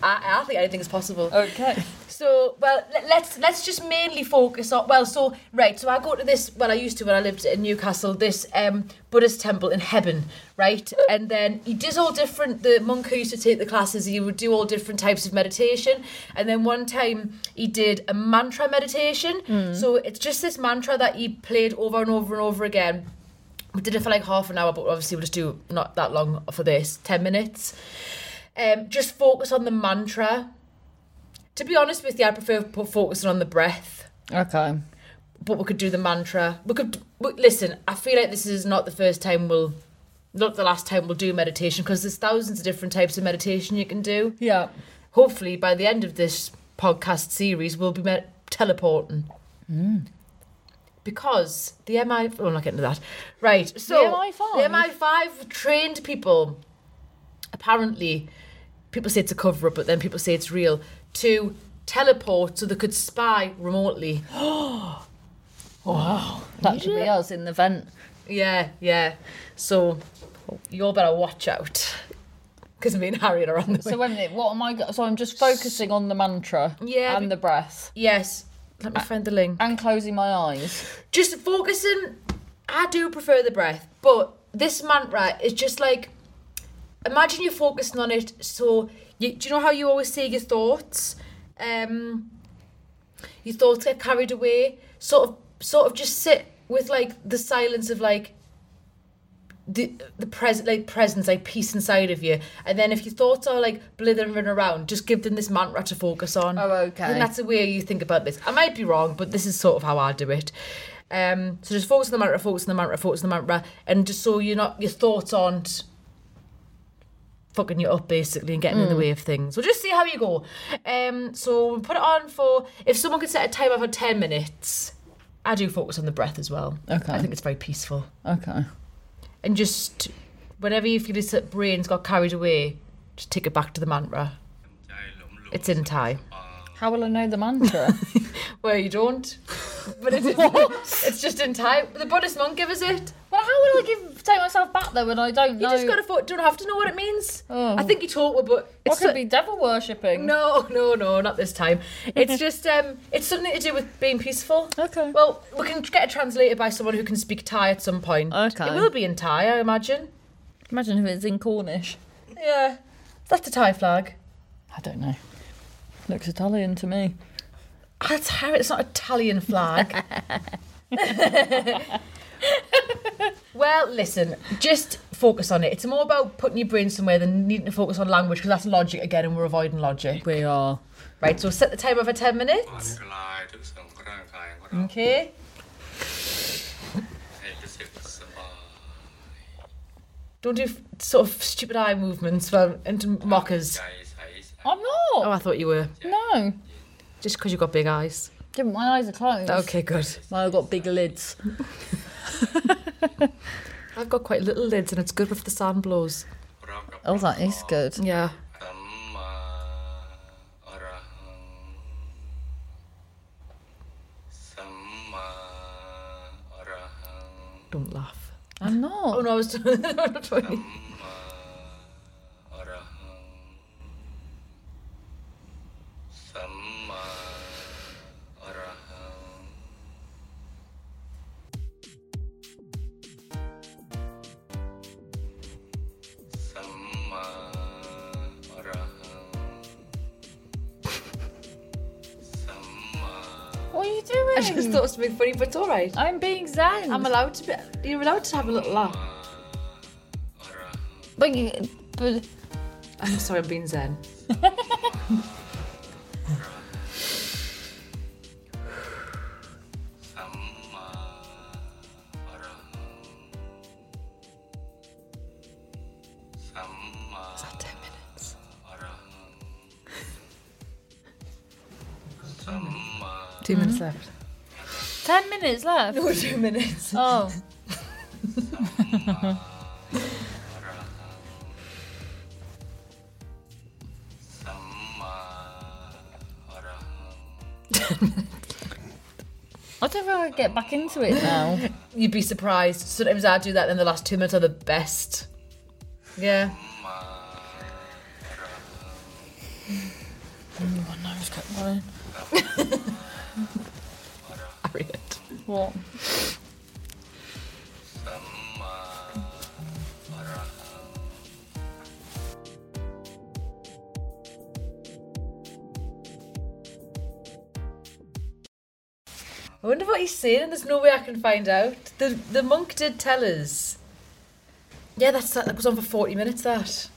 Speaker 3: I, I, I think anything's possible.
Speaker 5: Okay.
Speaker 3: So, well, le- let's let's just mainly focus on. Well, so right, so I go to this. Well, I used to when I lived in Newcastle. This um, Buddhist temple in Hebron, right? And then he does all different. The monk who used to take the classes, he would do all different types of meditation. And then one time he did a mantra meditation. So it's just this mantra that he played over and over and over again. We did it for like half an hour, but obviously we'll just do not that long for this, ten minutes. Um, just focus on the mantra. To be honest with you, I prefer po- focusing on the breath,
Speaker 5: Okay.
Speaker 3: but we could do the mantra. We could we, listen. I feel like this is not the first time we'll, not the last time we'll do meditation because there's thousands of different types of meditation you can do.
Speaker 5: Yeah.
Speaker 3: Hopefully, by the end of this podcast series, we'll be met teleporting.
Speaker 5: Hmm.
Speaker 3: Because the MI, oh, I'm not getting to that. Right, so
Speaker 5: The MI5?
Speaker 3: the MI5 trained people. Apparently, people say it's a cover up, but then people say it's real. To teleport so they could spy remotely.
Speaker 5: That should be us in the vent.
Speaker 3: Yeah, yeah. So you all better watch out because me and Harriet are on the.
Speaker 5: So wait a minute, what am I? Go- so I'm just focusing on the mantra
Speaker 3: Yeah,
Speaker 5: and
Speaker 3: be-
Speaker 5: the breath
Speaker 3: yes, let me find the link.
Speaker 5: and closing my eyes.
Speaker 3: just focusing. I do prefer the breath, but this mantra is just like imagine you're focusing on it. So, you, do you know how you always say your thoughts? Um, your thoughts get carried away. Sort of, sort of, just sit with like the silence of like the the present, like presence, like peace inside of you. And then if your thoughts are like blithering around, just give them this mantra to focus on.
Speaker 5: Oh, okay.
Speaker 3: I think that's the way you think about this. I might be wrong, but this is sort of how I do it. Um, so just focus on the mantra, focus on the mantra, focus on the mantra, and just so you're not your thoughts aren't fucking you up basically and getting in
Speaker 5: Hmm.
Speaker 3: the way of things. We'll just see how you go. Um, so we put it on for if someone could set a timer for ten minutes. I do focus on the breath as well.
Speaker 5: Okay.
Speaker 3: I think it's very peaceful
Speaker 5: Okay.
Speaker 3: and just whenever you feel this brain's got carried away, just take it back to the mantra. It's in Thai.
Speaker 5: How will I know the mantra?
Speaker 3: Well, you don't, but it's, it's just in Thai. The Buddhist monk gives us it.
Speaker 5: Well, how will I give take myself back though when I don't
Speaker 3: You
Speaker 5: know?
Speaker 3: just gotta fo- don't have to know what it means.
Speaker 5: Oh.
Speaker 3: I think you taught me, but
Speaker 5: I
Speaker 3: it's
Speaker 5: could
Speaker 3: so-
Speaker 5: be devil worshipping.
Speaker 3: no, no, no, not this time. It's just um, it's something to do with being peaceful.
Speaker 5: Okay.
Speaker 3: Well, we can get it translated by someone who can speak Thai at some point.
Speaker 5: Okay.
Speaker 3: It will be in Thai, I imagine.
Speaker 5: Imagine if it's in Cornish.
Speaker 3: Yeah, that's the Thai flag.
Speaker 5: I don't know. Looks Italian to me.
Speaker 3: Ah, That's how it's not Italian flag. well, listen, just focus on it. It's more about putting your brain somewhere than needing to focus on language because that's logic again, and we're avoiding logic.
Speaker 5: We are.
Speaker 3: Right, so set the timer for 10
Speaker 6: ผ่อน
Speaker 3: minutes.
Speaker 6: คลายทุกส่วนของร่างกายของเรา
Speaker 3: Okay.
Speaker 6: ให้รู้สึกสบาย
Speaker 3: Don't do f- sort of stupid eye movements well, into mockers.
Speaker 6: ใจใสสะอาด
Speaker 5: I'm
Speaker 3: Oh,
Speaker 5: not.
Speaker 3: I thought you were.
Speaker 5: No.
Speaker 3: Just because you've got big eyes.
Speaker 5: Yeah, but my eyes are closed.
Speaker 3: Okay, good.
Speaker 5: I've got big lids.
Speaker 3: I've got quite little lids and it's good if the sun blows.
Speaker 6: พร้อมกับ
Speaker 5: Oh, that is good.
Speaker 3: Yeah.
Speaker 6: สัมมาอรหังสัมมาอรหัง
Speaker 3: Don't laugh.
Speaker 5: I'm
Speaker 3: Oh,
Speaker 5: not.
Speaker 3: no, I was doing it.
Speaker 6: สัมมาอรหังสัมมาอรหัง
Speaker 5: Oh.
Speaker 3: I just thought it was something funny, but it's all right.
Speaker 5: I'm being zen.
Speaker 3: I'm allowed to be. You're allowed to have a little laugh.
Speaker 5: but you, but
Speaker 3: I'm sorry, I'm being zen.
Speaker 6: Is that 10 minutes?
Speaker 4: Two
Speaker 3: Mm-hmm.
Speaker 4: minutes left.
Speaker 5: ten minutes left.
Speaker 3: No, two minutes.
Speaker 5: Oh, I don't think I could get back into it now.
Speaker 3: You'd be surprised. Sometimes I do that, and the last two minutes are the best. Yeah.
Speaker 5: My nose kept running.
Speaker 3: Harriet.
Speaker 5: What?
Speaker 3: I wonder what he's saying, and there's no way I can find out. The the monk did tell us. Yeah, that's that. That goes on for 40 minutes, that.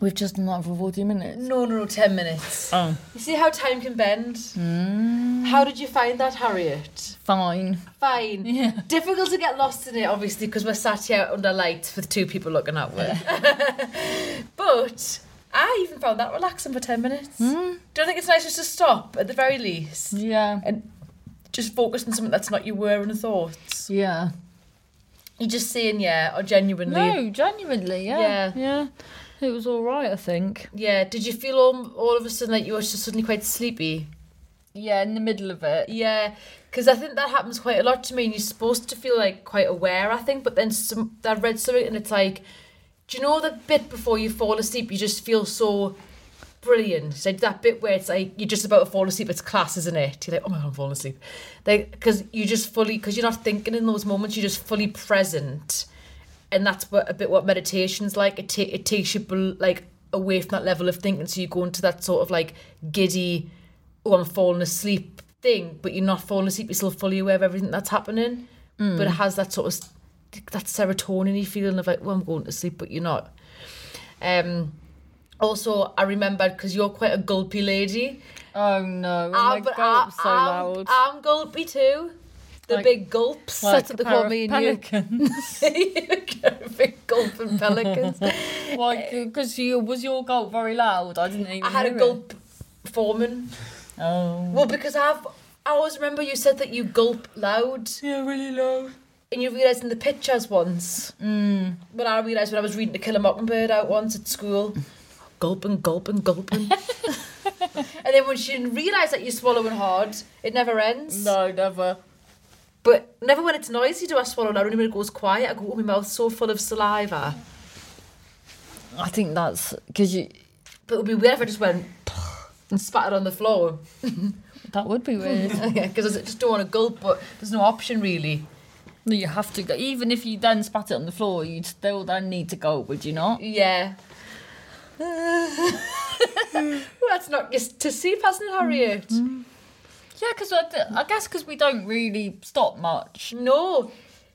Speaker 5: We've just done that for 40 minutes.
Speaker 3: No, no, no, 10 minutes.
Speaker 5: Oh,
Speaker 3: You see how time can bend? How did you find that, Harriet?
Speaker 5: fine.
Speaker 3: Fine.
Speaker 5: Yeah.
Speaker 3: Difficult to get lost in it, obviously, because we're sat here under lights with two people looking at us. but I even found that relaxing for 10 minutes. Don't think it's nice just to stop, at the very least?
Speaker 5: Yeah.
Speaker 3: Just focus on something that's not your worrying thoughts.
Speaker 5: Yeah.
Speaker 3: You're just saying yeah, or genuinely.
Speaker 5: No, genuinely, yeah. Yeah. It was all right, I think.
Speaker 3: Yeah, did you feel all, all of a sudden like you were just suddenly quite sleepy?
Speaker 5: Yeah, in the middle of it.
Speaker 3: Yeah, because I think that happens quite a lot to me, and you're supposed to feel like quite aware, I think. But then some, I read something, and it's like, do you know that bit before you fall asleep, you just feel so brilliant. It's like that bit where it's like you're just about to fall asleep. It's class, isn't it? You're like, oh my god, I'm falling asleep. Like because you just fully because you're not thinking in those moments. You're just fully present, and that's what a bit what meditation's like. It ta- it takes you bel- like away from that level of thinking, so you go into that sort of like giddy, oh I'm falling asleep thing, but you're not falling asleep. You're still fully aware of everything that's happening, but it has that sort of s- that serotonin feeling of like, well, I'm going to sleep, but you're not. Um, also, I remembered because you're quite a gulpy lady.
Speaker 5: Oh no. And
Speaker 3: Ah,
Speaker 5: I
Speaker 3: but
Speaker 5: gulped
Speaker 3: I-
Speaker 5: so
Speaker 3: I'm,
Speaker 5: loud.
Speaker 3: I'm gulpy too. The
Speaker 5: Like-
Speaker 3: big gulps. That's
Speaker 5: Like
Speaker 3: what they call
Speaker 5: a
Speaker 3: me in
Speaker 5: pair of
Speaker 3: you.
Speaker 5: pelicans.
Speaker 3: big gulping pelicans.
Speaker 5: Why? Because you was your gulp very loud. I didn't even.
Speaker 3: I had a
Speaker 5: hear it.
Speaker 3: gulp foreman.
Speaker 5: Oh.
Speaker 3: Well, because I've. I always remember you said that you gulp loud,
Speaker 5: Yeah, really loud.
Speaker 3: and you realised in the pictures once. Mm. But I realised when I was reading *To Kill a Mockingbird* out once at school, gulping, gulping, gulping. and then once you realise that you're swallowing hard, it never ends.
Speaker 5: No, never.
Speaker 3: But never when it's noisy do I swallow loud. Only when it goes quiet, I go, oh, my mouth's so full of saliva.
Speaker 5: I think that's because you.
Speaker 3: But it would be weird if I just went and spattered on the floor.
Speaker 5: That would be weird.
Speaker 3: Because I just don't want to gulp, but there's no option really.
Speaker 5: no, you have to go. Even if you then spat it on the floor, you'd still then need to go, would you not?
Speaker 3: Yeah. well, that's not just to sleep, hasn't it, Harriet?
Speaker 5: Yeah, because I, d- I guess because we don't really stop much.
Speaker 3: No.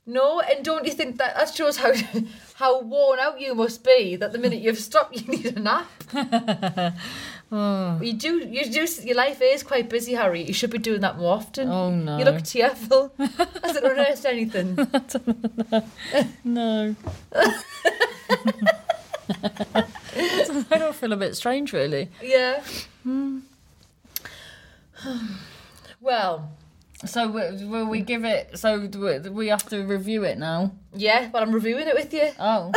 Speaker 3: No, and don't you think that that shows how how worn out you must be that the minute you've stopped you need a nap. You do you do your life is quite busy, Harry. You should be doing that more often.
Speaker 5: Oh, no.
Speaker 3: You look tearful. Has it rehearsed anything?
Speaker 5: No. I don't feel a bit strange, really.
Speaker 3: Yeah. well,
Speaker 5: So w- will we give it? So do we- do we have to review it now?
Speaker 3: yeah, well I'm reviewing it with you.
Speaker 5: Oh,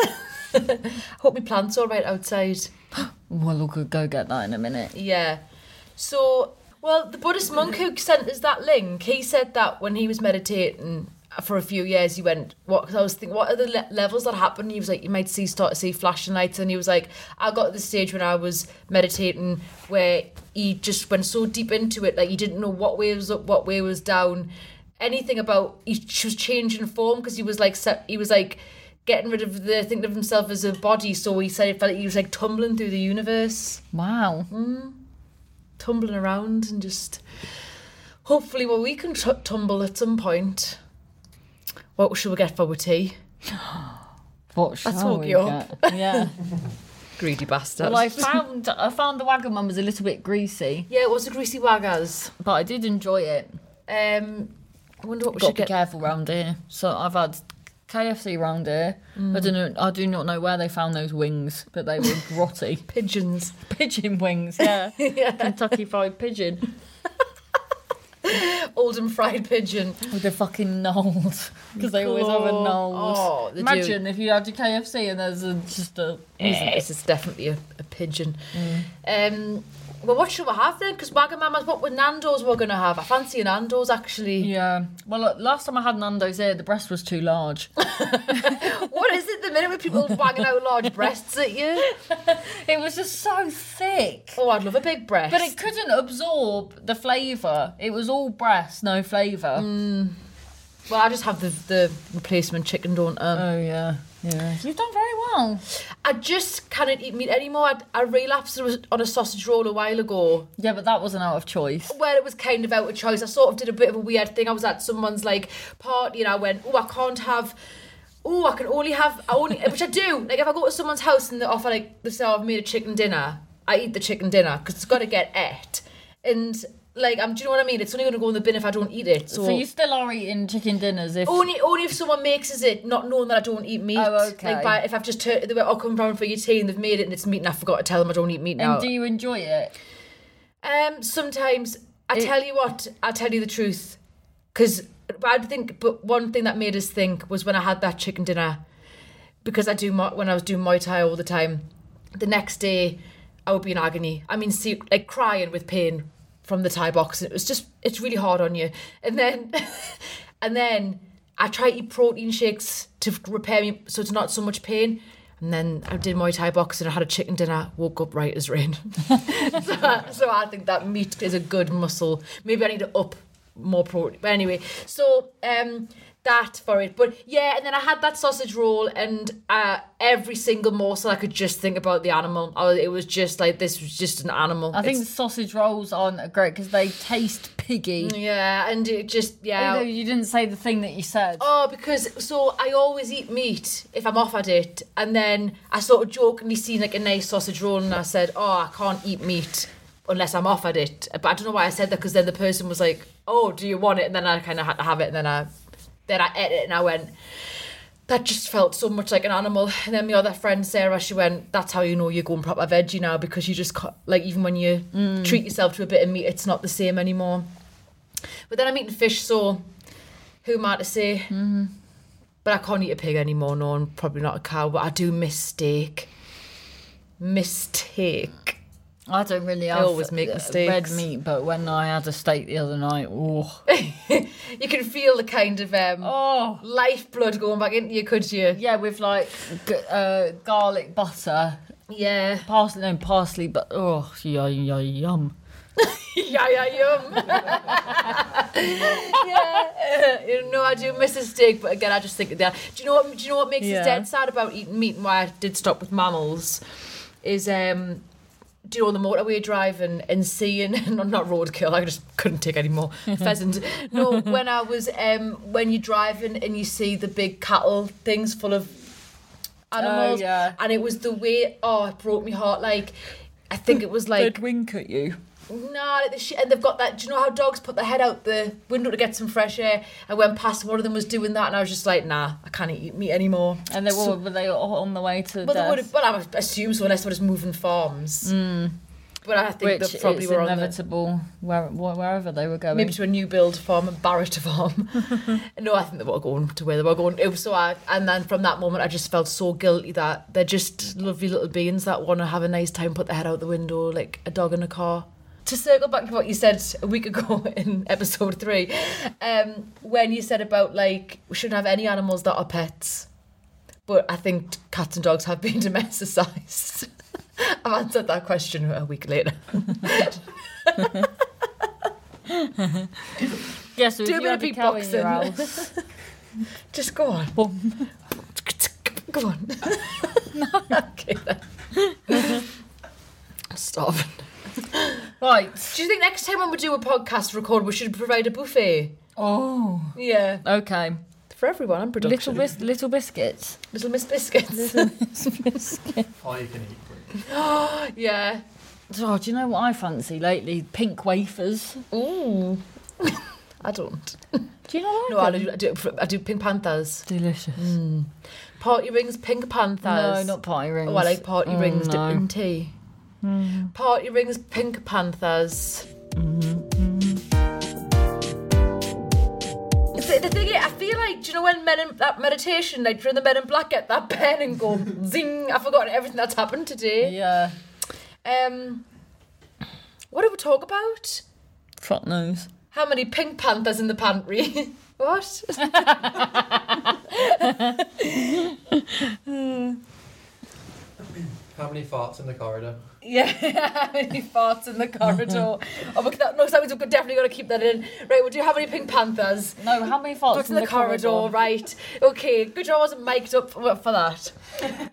Speaker 3: Hope my plant's all right outside.
Speaker 5: well, we could go get that in a minute.
Speaker 3: Yeah. So, well, the Buddhist monk who sent us that link, he said that when he was meditating for a few years, he went, "What?" Cause I was thinking, what are the le- levels that happen? He was like, you might see start to see flashing lights, and he was like, I got to the stage when I was meditating where he just went so deep into it, like he didn't know what way was up, what way was down, anything about. He ch- was changing form because he was like, se- he was like. Getting rid of the thinking of himself as a body, so he said it felt like he was like tumbling through the universe.
Speaker 5: Wow.
Speaker 3: tumbling around and just hopefully well we can t- tumble at some point. What should we get for our tea?
Speaker 5: What shall
Speaker 3: That's what
Speaker 5: we
Speaker 3: you
Speaker 5: get?
Speaker 3: up.
Speaker 5: Yeah.
Speaker 3: Greedy bastard.
Speaker 5: well, I found I found the Wagamum was a little bit greasy,
Speaker 3: yeah, it was the greasy waggers.
Speaker 5: but I did enjoy it.
Speaker 3: Um, I wonder what we
Speaker 5: Got to
Speaker 3: should
Speaker 5: be
Speaker 3: get.
Speaker 5: careful round here. So I've had KFC round here.
Speaker 3: Mm.
Speaker 5: I don't know. I do not know where they found those wings, but they were grotty
Speaker 3: Pigeons.
Speaker 5: pigeon wings. Yeah, Kentucky Fried Pigeon
Speaker 3: Oldham fried pigeon.
Speaker 5: with the fucking knolls because they always have a
Speaker 3: Cool.
Speaker 5: knolls.
Speaker 3: Oh, they do.
Speaker 5: Imagine if you had your KFC and there's a, just a
Speaker 3: Isn't- This is definitely a, a pigeon. Um, well, what should we have then? Because Wagamama's what were Nando's we're going to have. I fancy a Nando's actually.
Speaker 5: yeah. Well, look, last time I had Nando's here, the breast was too large.
Speaker 3: What is it the minute with people wagging out large breasts at you?
Speaker 5: it was just so thick.
Speaker 3: Oh, I'd love a big breast.
Speaker 5: But it couldn't absorb the flavour. It was all breast, no flavour.
Speaker 3: Mm. well, I just have the, the replacement chicken, don't I?
Speaker 5: Oh yeah, yeah. You've done very well.
Speaker 3: I just cannot eat meat anymore. I, I relapsed on a sausage roll a while ago.
Speaker 5: Yeah, but that wasn't out of choice.
Speaker 3: Well, it was kind of out of choice. I sort of did a bit of a weird thing. I was at someone's like party and I went, oh, I can't have. Oh, I can only have I only which I do. Like if I go to someone's house and they offer like they say oh, I've made a chicken dinner, I eat the chicken dinner because it's got to get ate. And like I'm, do you know what I mean? It's only going to go in the bin if I don't eat it. So, Oh,
Speaker 5: So you still are eating chicken dinners if
Speaker 3: only only if someone makes us it, not knowing that I don't eat meat.
Speaker 5: Oh, okay.
Speaker 3: Like by, if I've just turned, they were all come round for your tea and they've made it and it's meat and I forgot to tell them I don't eat meat now.
Speaker 5: and do you enjoy it?
Speaker 3: Um, sometimes I tell you what, I tell you the truth, because I think. But one thing that made us think was when I had that chicken dinner, because I do Mu- when I was doing Muay Thai all the time. The next day, I would be in agony. I mean, see, like crying with pain from the Thai box. It was just, it's really hard on you. And then, and then I try to eat protein shakes to repair me, so it's not so much pain. And then I did Muay Thai boxing. I had a chicken dinner. Woke up right as rain so, I- so I think that meat is a good muscle. Maybe I need to up more protein. But anyway, so um, that for it. But yeah, and then I had that sausage roll, and uh, every single morsel I could just think about the animal. I, was- it was just like this was just an animal.
Speaker 5: I think
Speaker 3: It's-
Speaker 5: sausage rolls aren't great because they taste piggy.
Speaker 3: yeah, and it just yeah.
Speaker 5: Although you didn't say the thing that you said.
Speaker 3: Oh, because so I always eat meat if I'm offered it, and then I sort of jokingly seen like a nice sausage roll, and I said, "Oh, I can't eat meat unless I'm offered it." But I don't know why I said that because then the person was like, "Oh, do you want it?" And then I kind of had to have it, and then I then I ate it, and I went. That just felt so much like an animal. And then my other friend Sarah, she went, "That's how you know you're going proper veggie now because you just cut like even when you treat yourself to a bit of meat, it's not the same anymore." But then I'm eating fish, so who am I to say? But I can't eat a pig anymore, no, and probably not a cow, but I do miss steak. Mistake.
Speaker 5: I don't really. have,
Speaker 3: always make
Speaker 5: uh,
Speaker 3: mistakes.
Speaker 5: Red meat, but when I had a steak the other night, oh,
Speaker 3: You can feel the kind of um,
Speaker 5: oh,
Speaker 3: lifeblood going back into you, could you?
Speaker 5: yeah, with like g- uh, garlic butter,
Speaker 3: Yeah.
Speaker 5: parsley, no parsley, but oh, yeah, yeah, yum.
Speaker 3: Yeah, yeah, yum. yeah. You know, I do miss a steak, but again, I just think that. Do you know what? Do you know what makes
Speaker 5: Yeah.
Speaker 3: us dead sad about eating meat and why I did stop with mammals? Is um, do you know on the motorway driving and seeing not not roadkill? I just couldn't take any more pheasant. No, when I was um, when you're driving and you see the big cattle things full of animals,
Speaker 5: Oh, yeah.
Speaker 3: and it was the way. Oh, it broke my heart. Like, I think it was like
Speaker 5: They'd wink at you.
Speaker 3: no, like the shit, and they've got that. Do you know how dogs put their head out the window to get some fresh air? I went past one of them was doing that, and I was just like, nah, I can't eat meat anymore.
Speaker 5: And they were, were they all on the way to
Speaker 3: But they
Speaker 5: death?
Speaker 3: would have, well, I assume so, unless they were just moving farms. But I think
Speaker 5: Hmm. which
Speaker 3: they probably
Speaker 5: is
Speaker 3: were on the,
Speaker 5: inevitable where, wh- wherever they were going.
Speaker 3: maybe to a new build farm, a Barrett farm. no, I think they were going to where they were going. It was so I, and then from that moment, I just felt so guilty that they're just lovely little beings that want to have a nice time, put their head out the window like a dog in a car. To circle back to what you said a week ago in episode three, um, when you said about like we shouldn't have any animals that are pets, but I think cats and dogs have been domesticised. I've answered that question a week later.
Speaker 5: yeah, so
Speaker 3: do a
Speaker 5: if you
Speaker 3: bit
Speaker 5: had
Speaker 3: of
Speaker 5: a cow in your
Speaker 3: beatboxing.
Speaker 5: house,
Speaker 3: Just go on. Go on. okay then. Stop.
Speaker 5: Right.
Speaker 3: Do you think next time when we do a podcast record, we should provide a buffet?
Speaker 5: Oh.
Speaker 3: Yeah,
Speaker 5: Okay.
Speaker 3: for everyone on production.
Speaker 5: Little bis- little biscuits.
Speaker 3: Little Miss Biscuits.
Speaker 2: All you can eat.
Speaker 3: yeah.
Speaker 5: Oh, do you know what I fancy lately? Pink wafers.
Speaker 3: Ooh. I don't.
Speaker 5: Do you know what?
Speaker 3: No, I do, I do. I do Pink Panthers.
Speaker 5: Delicious.
Speaker 3: Mm. Party rings, Pink
Speaker 5: No,
Speaker 3: Panthers.
Speaker 5: not party rings.
Speaker 3: Oh, I like party
Speaker 5: Oh,
Speaker 3: rings
Speaker 5: no.
Speaker 3: dipped in tea. Party rings, Pink Panthers. Mm-hmm. The, the thing is, I feel like, do you know when men in, that meditation, like during the Men in Black, get that pen and go zing? I've forgotten everything that's happened today.
Speaker 5: Yeah.
Speaker 3: Um, what did we talk about?
Speaker 5: Fuck knows.
Speaker 3: How many Pink Panthers in the pantry? what?
Speaker 2: How many farts in the corridor?
Speaker 3: Yeah, how many farts in the corridor? oh, but that, no, that means we're definitely going to keep that in. Right, well, do you have any Pink Panthers?
Speaker 5: No, how many farts
Speaker 3: Farts in the, corridor. right. Okay, good job I wasn't mic'd up for, for that.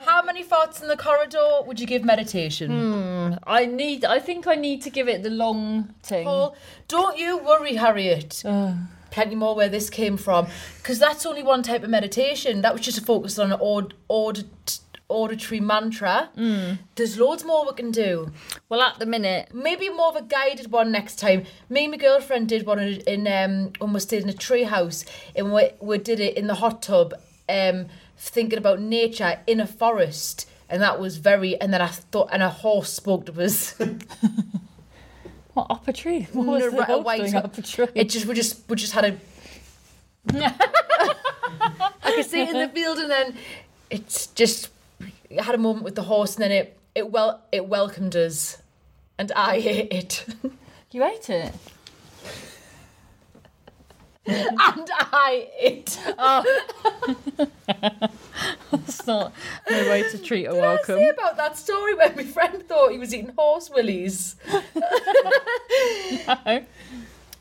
Speaker 3: how many farts in the corridor would you give meditation?
Speaker 5: I need. I think I need to give it the long thing.
Speaker 3: Paul, don't you worry, Harriet. Plenty more where this came from, because that's only one type of meditation. That was just a focus on an aud- audit- auditory mantra. There's loads more we can do.
Speaker 5: Well, at the minute,
Speaker 3: Maybe more of a guided one next time. Me and my girlfriend did one in, in um, when we stayed in a tree house, and we, we did it in the hot tub, um, thinking about nature in a forest. And that was very, and then I thought, and a horse spoke to us.
Speaker 5: what up a tree? What was
Speaker 3: No,
Speaker 5: the
Speaker 3: right, a
Speaker 5: horse
Speaker 3: white
Speaker 5: doing
Speaker 3: one.
Speaker 5: up a tree?
Speaker 3: It just we just we just had a. I could see it in the field, and then it's just I had a moment with the horse, and then it it well it welcomed us, and I ate it, and
Speaker 5: you ate it.
Speaker 3: I ate.
Speaker 5: Oh. It's not no way to treat a
Speaker 3: Did
Speaker 5: welcome.
Speaker 3: I say about that story where my friend thought he was eating horse willies?
Speaker 5: No.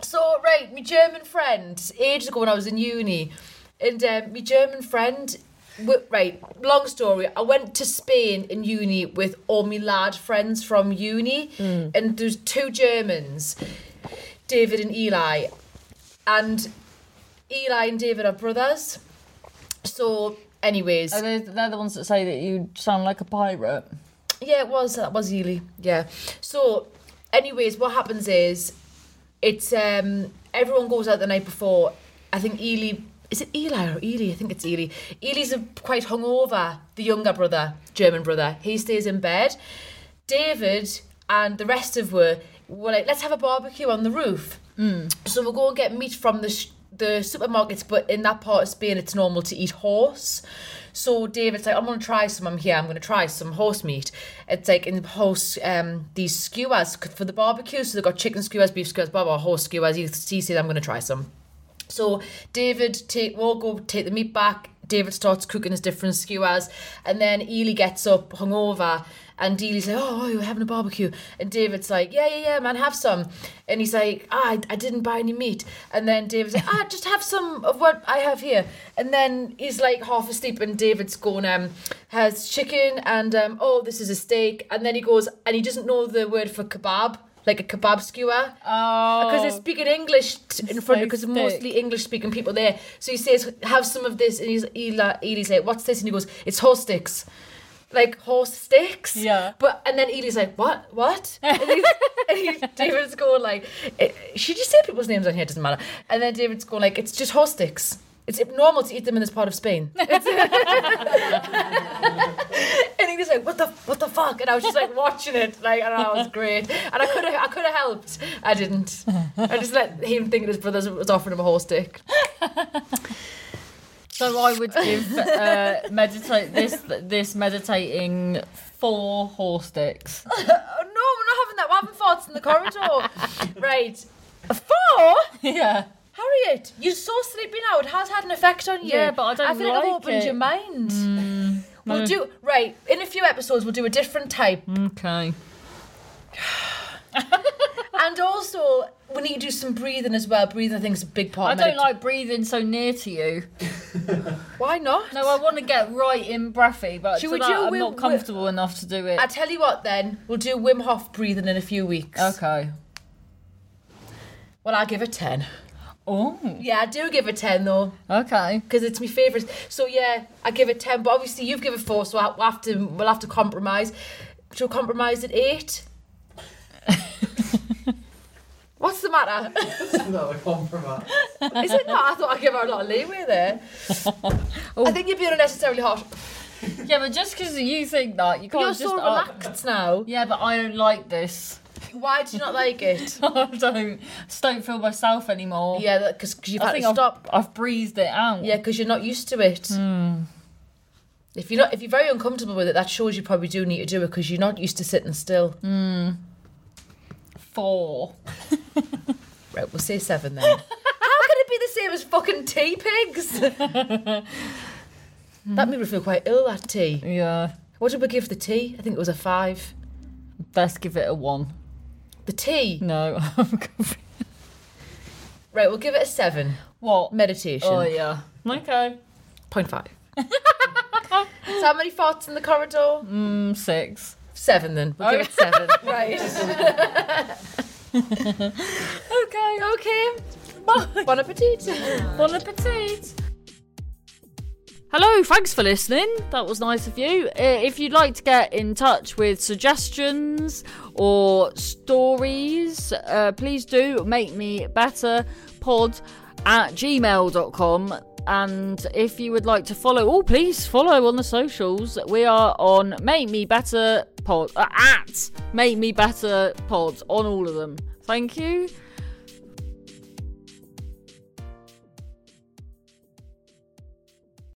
Speaker 3: So right, my German friend, ages ago when I was in uni, and um, my German friend, w- right, long story. I went to Spain in uni with all my lad friends from uni, and there's two Germans, David and Eli, and Eli and David are brothers. So, anyways,
Speaker 5: Are they, they're the ones that say that you sound like a pirate.
Speaker 3: Yeah, it was. That was Ely. Yeah. So, anyways, what happens is, it's um everyone goes out the night before. I think Ely. Is it Eli or Ely? I think it's Ely. Ely's a, quite hungover. The younger brother, German brother, he stays in bed. David and the rest of were were like, let's have a barbecue on the roof. So we'll go and get meat from the sh- the supermarkets, but in that part of Spain, it's normal to eat horse. So David's like, I'm gonna try some. I'm here. I'm gonna try some horse meat. It's like in horse um these skewers c- for the barbecue. So they've got chicken skewers, beef skewers, blah blah, horse skewers. He, he says, I'm gonna try some. So David take will go take the meat back. David starts cooking his different skewers, and then Ely gets up hungover, and Ely's like, "Oh, you're having a barbecue," and David's like, "Yeah, yeah, yeah, man, have some," and he's like, ah, "I, I didn't buy any meat," and then David's like, "Ah, just have some of what I have here," and then he's like half asleep, and David's going, um, has chicken, and um, oh, this is a steak, and then he goes, and he doesn't know the word for kebab, like a kebab skewer
Speaker 5: Oh.
Speaker 3: because they're speaking English t- in front
Speaker 5: so
Speaker 3: because
Speaker 5: thick.
Speaker 3: mostly English speaking people there. So he says, "Have some of this," and he's Eli, Eli's like, "What's this?" And he goes, "It's horse sticks." Like horse sticks,
Speaker 5: Yeah.
Speaker 3: But and then Eli's like, "What? What?" And, he's, and he, David's going like, "Eh, "Should you say people's names on here? It doesn't matter." And then David's going like, "It's just horse sticks. It's normal to eat them in this part of Spain." and he was like, "What the what the fuck?" And I was just like watching it, like, and I was great. And I could have I could have helped. I didn't. I just let him think that his brother was offering him a horse stick.
Speaker 5: So I would give uh, meditate this this meditating four horse sticks.
Speaker 3: Oh, no, we're not having that. We're having farts in the corridor. right, a four.
Speaker 5: yeah.
Speaker 3: Harriet, you're so sleepy now. It has had an effect on you.
Speaker 5: Yeah, but I don't
Speaker 3: I feel
Speaker 5: like
Speaker 3: I've opened
Speaker 5: it. Mm.
Speaker 3: your mind. We'll do right in a few episodes. We'll do a different type,
Speaker 5: Mm. Okay.
Speaker 3: and also we need to do some breathing as well. Breathing, I think, is a big part.
Speaker 5: I
Speaker 3: of
Speaker 5: don't
Speaker 3: medita-
Speaker 5: like breathing so near to you.
Speaker 3: Why not?
Speaker 5: No, I want to get right in breathy, but
Speaker 3: Should
Speaker 5: to
Speaker 3: we
Speaker 5: that,
Speaker 3: do
Speaker 5: I'm
Speaker 3: Wim-
Speaker 5: not comfortable enough to do it.
Speaker 3: I tell you what, then we'll do Wim Hof breathing in a few weeks.
Speaker 5: okay.
Speaker 3: Well, I give it ten.
Speaker 5: Oh.
Speaker 3: Yeah, I do give it ten though,
Speaker 5: Okay.
Speaker 3: because it's my favourite. So yeah, I give it ten. But obviously, you've given four, so I we'll have to we'll have to compromise. Should we compromise at eight? What's the matter?
Speaker 2: Isn't that a compromise?
Speaker 3: Is it not? I thought I'd give her a lot of leeway there. I think you're being unnecessarily harsh.
Speaker 5: Yeah, but just because you think that, you
Speaker 3: But
Speaker 5: can't
Speaker 3: you're so
Speaker 5: just. uh,
Speaker 3: relaxed now.
Speaker 5: yeah, but I don't like this.
Speaker 3: Why do you not like it?
Speaker 5: I don't. Just don't feel myself anymore.
Speaker 3: Yeah, because you've
Speaker 5: I
Speaker 3: had
Speaker 5: think
Speaker 3: to
Speaker 5: I've,
Speaker 3: stop.
Speaker 5: I've breathed it out.
Speaker 3: Yeah, because you're not used to it.
Speaker 5: Hmm.
Speaker 3: If you're not, if you're very uncomfortable with it, that shows you probably do need to do it because you're not used to sitting still.
Speaker 5: Four.
Speaker 3: Right, we'll say seven then. How can it be the same as fucking tea pigs? That made me feel quite ill. That tea.
Speaker 5: Yeah.
Speaker 3: What did we give the tea? I think it was a five.
Speaker 5: Let's give it a one.
Speaker 3: The tea.
Speaker 5: No. I'm confused.
Speaker 3: Right, we'll give it a seven.
Speaker 5: what?
Speaker 3: Meditation.
Speaker 5: Oh, yeah. Okay.
Speaker 3: Point five. so how many farts in the corridor?
Speaker 5: Mm, six.
Speaker 3: Seven then.
Speaker 5: Oh,
Speaker 3: We'll give it seven. right.
Speaker 5: Okay.
Speaker 3: Okay.
Speaker 5: Bye.
Speaker 3: Bon appetit.
Speaker 5: Bon appetit. Hello, thanks for listening. That was nice of you. Uh, If you'd like to get in touch with suggestions or stories, uh, please do make me better pod at gmail.com. And if you would like to follow, oh, please follow on the socials. We are on Make Me Better Pod, uh, at Make Me Better Pod on all of them. Thank you.